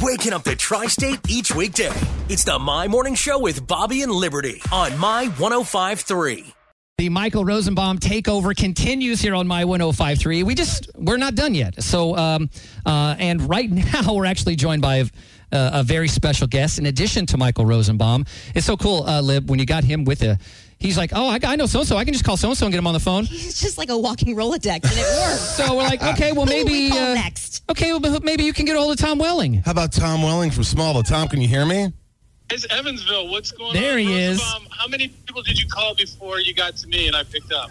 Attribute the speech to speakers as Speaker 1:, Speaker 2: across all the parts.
Speaker 1: waking up the tri state each weekday. It's the My Morning Show with Bobby and Liberty on My 1053.
Speaker 2: The Michael Rosenbaum takeover continues here on My 1053. We just, we're not done yet. So, um, uh, and right now we're actually joined by a, a very special guest in addition to Michael Rosenbaum. It's so cool, uh, Lib, when you got him with a, he's like, oh, I, I know so and so. I can just call so and so and get him on the phone.
Speaker 3: It's just like a walking Rolodex, and it works.
Speaker 2: So we're like, okay, well,
Speaker 3: Who do we
Speaker 2: maybe.
Speaker 3: call
Speaker 2: uh,
Speaker 3: next?
Speaker 2: Okay, well, maybe you can get a hold of Tom Welling.
Speaker 4: How about Tom Welling from Smallville? Tom, can you hear me?
Speaker 5: It's Evansville. What's going on?
Speaker 2: There he is.
Speaker 5: Rosenbaum, um, How many people did you call before you got to me and I picked up?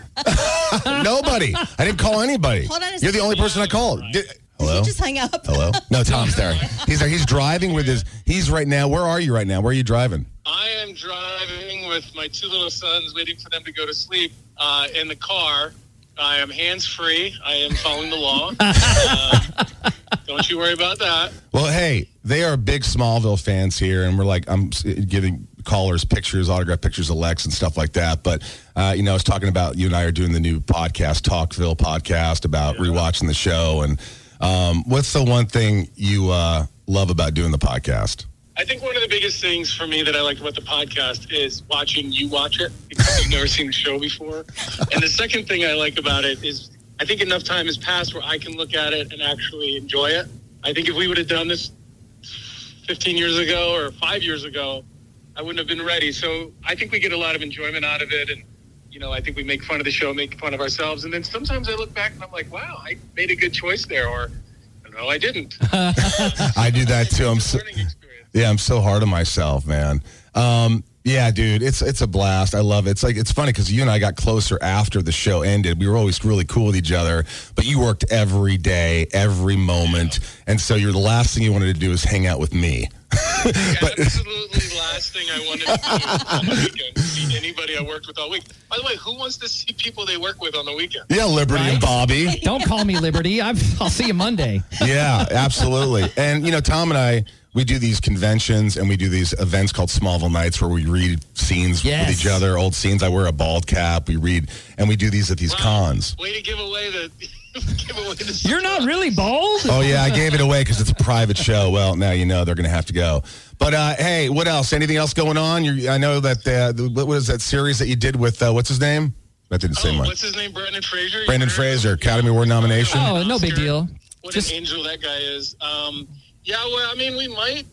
Speaker 4: Nobody. I didn't call anybody.
Speaker 3: Hold on a
Speaker 4: You're the
Speaker 3: second.
Speaker 4: only person I called. Did- Hello.
Speaker 3: Just hang up.
Speaker 4: Hello. No, Tom's there. He's there. He's driving with his. He's right now. Where are you right now? Where are you driving?
Speaker 5: I am driving with my two little sons, waiting for them to go to sleep uh, in the car. I am hands free. I am following the law. Uh, don't you worry about that.
Speaker 4: Well, hey, they are big Smallville fans here, and we're like, I'm s- giving callers pictures, autograph pictures of Lex and stuff like that. But uh, you know, I was talking about you and I are doing the new podcast, Talkville podcast, about rewatching the show. And um, what's the one thing you uh, love about doing the podcast?
Speaker 5: I think one of the biggest things for me that I liked about the podcast is watching you watch it because you've never seen the show before. And the second thing I like about it is I think enough time has passed where I can look at it and actually enjoy it. I think if we would have done this 15 years ago or five years ago, I wouldn't have been ready. So I think we get a lot of enjoyment out of it. And, you know, I think we make fun of the show, make fun of ourselves. And then sometimes I look back and I'm like, wow, I made a good choice there. Or, no, I didn't.
Speaker 4: I do that too. I'm
Speaker 5: It's a
Speaker 4: so,
Speaker 5: learning experience.
Speaker 4: Yeah, I'm so hard on myself, man. Um, yeah, dude, it's it's a blast. I love it. It's like it's funny because you and I got closer after the show ended. We were always really cool with each other, but you worked every day, every moment, and so you're the last thing you wanted to do is hang out with me.
Speaker 5: absolutely last thing I wanted to do on the weekend see anybody I worked with all week. By the way, who wants to see people they work with on the weekend?
Speaker 4: Yeah, Liberty and Bobby.
Speaker 2: Don't call me Liberty. I'm, I'll see you Monday.
Speaker 4: yeah, absolutely. And you know, Tom and I, we do these conventions and we do these events called Smallville Nights where we read scenes
Speaker 2: Yes.
Speaker 4: with each other, old scenes. I wear a bald cap. We read, and we do these at these cons.
Speaker 5: Way to give away the. give away the
Speaker 2: You're not really bald.
Speaker 4: Oh yeah, I gave it away because it's a private show. Well, now you know they're going to have to go. But uh, hey, what else? Anything else going on? you I know that uh, the, what was that series that you did with uh, what's his name? That didn't say
Speaker 5: Oh,
Speaker 4: much.
Speaker 5: what's his name? Brandon Fraser. You
Speaker 4: Brandon
Speaker 5: heard?
Speaker 4: Fraser, Academy Award nomination.
Speaker 2: Oh, no big
Speaker 5: Oscar.
Speaker 2: deal.
Speaker 5: What
Speaker 2: Just-
Speaker 5: an angel that guy is. Um, yeah, well, I mean, we might.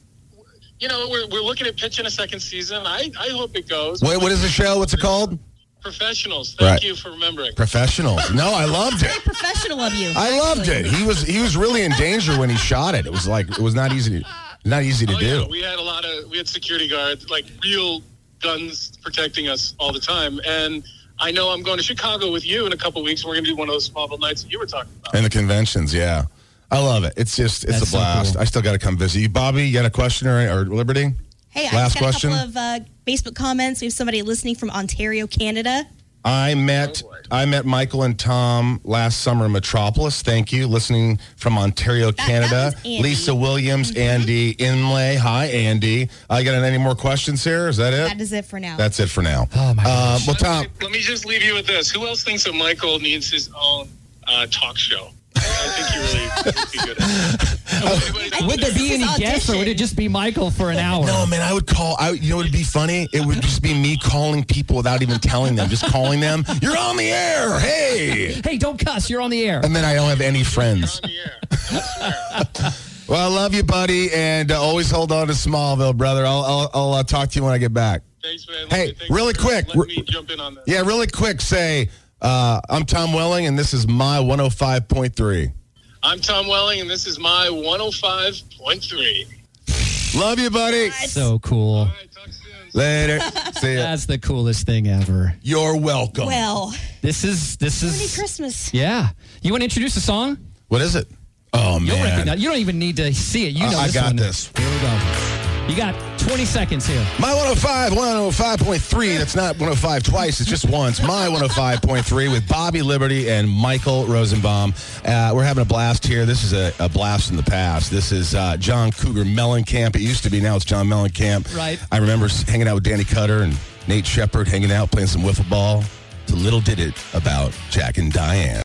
Speaker 5: You know, we're, we're looking at pitching a second season. I, I hope it goes.
Speaker 4: What, what is the show? What's it called?
Speaker 5: Professionals. Thank
Speaker 4: Right.
Speaker 5: you for remembering.
Speaker 4: Professionals. No, I loved it.
Speaker 3: Professional of you.
Speaker 4: I loved it. He was he was really in danger when he shot it. It was like it was not easy to not easy to
Speaker 5: Oh,
Speaker 4: do.
Speaker 5: yeah, we had a lot of we had security guards, like real guns protecting us all the time. And I know I'm going to Chicago with you in a couple weeks. We're going to do one of those Smallville nights that you were talking about.
Speaker 4: And the conventions, yeah. I love it. It's just it's
Speaker 2: That's
Speaker 4: a
Speaker 2: so
Speaker 4: blast.
Speaker 2: cool.
Speaker 4: I still got to come visit you, Bobby. You got a question or, or Liberty?
Speaker 3: Hey, I just
Speaker 4: Last
Speaker 3: got
Speaker 4: question.
Speaker 3: a couple of uh, Facebook comments. We have somebody listening from Ontario, Canada.
Speaker 4: I met I met Michael and Tom last summer in Metropolis. Thank you. Listening from Ontario, Canada.
Speaker 3: that was Andy. Mm-hmm.
Speaker 4: Lisa Williams, Andy Inlay. Hi, Andy. I got any more questions here? Is that it?
Speaker 3: That is it for now.
Speaker 4: That's it for now.
Speaker 2: Oh, my
Speaker 4: Uh,
Speaker 2: gosh.
Speaker 4: well, Tom.
Speaker 5: Let me just leave you with this. Who else thinks that Michael needs his own uh, talk show? I I think you really would be good
Speaker 4: Uh,
Speaker 5: at that.
Speaker 2: Would there be
Speaker 3: This is
Speaker 2: any guests, or would it
Speaker 3: audition.
Speaker 2: just be Michael for an hour?
Speaker 4: No, Oh, man, I would call. I, you know what would be funny? It would just be me calling people without even telling them, just calling them, you're on the air. Hey.
Speaker 2: Hey, don't cuss. You're on the air.
Speaker 4: And then I don't have any friends.
Speaker 5: On the air. I swear.
Speaker 4: Well, I love you, buddy. And uh, always hold on to Smallville, brother. I'll, I'll, I'll uh, talk to you when I get back.
Speaker 5: Thanks, man.
Speaker 4: Hey,
Speaker 5: Thanks for
Speaker 4: really quick,
Speaker 5: letting
Speaker 4: re-
Speaker 5: me jump in on this.
Speaker 4: Yeah, really quick, say, uh, I'm Tom Welling, and this is my 105.3.
Speaker 5: I'm Tom Welling, and this is my 105.3.
Speaker 4: Love you, buddy.
Speaker 2: so cool.
Speaker 5: All right, talk soon.
Speaker 4: Later. See ya.
Speaker 2: That's the coolest thing ever.
Speaker 4: You're welcome.
Speaker 3: Well,
Speaker 2: This is this
Speaker 3: Merry
Speaker 2: is
Speaker 3: Christmas.
Speaker 2: yeah. You want to introduce the song?
Speaker 4: What is it? Oh,
Speaker 2: You'll
Speaker 4: man.
Speaker 2: recognize. You don't even need to see it. You
Speaker 4: I-
Speaker 2: know.
Speaker 4: I
Speaker 2: this
Speaker 4: got
Speaker 2: one.
Speaker 4: this.
Speaker 2: Here we go. You got 20 seconds here.
Speaker 4: My 105, 105.3. That's not 105 twice, it's just once. My 105.3 with Bobby Liberty and Michael Rosenbaum. Uh, we're having a blast here. This is a, a blast from the past. This is uh, John Cougar Mellencamp. It used to be, now it's John Mellencamp.
Speaker 2: Right.
Speaker 4: I remember s- hanging out with Danny Cutter and Nate Shepard, hanging out, playing some wiffle ball. So little did it about Jack and Diane.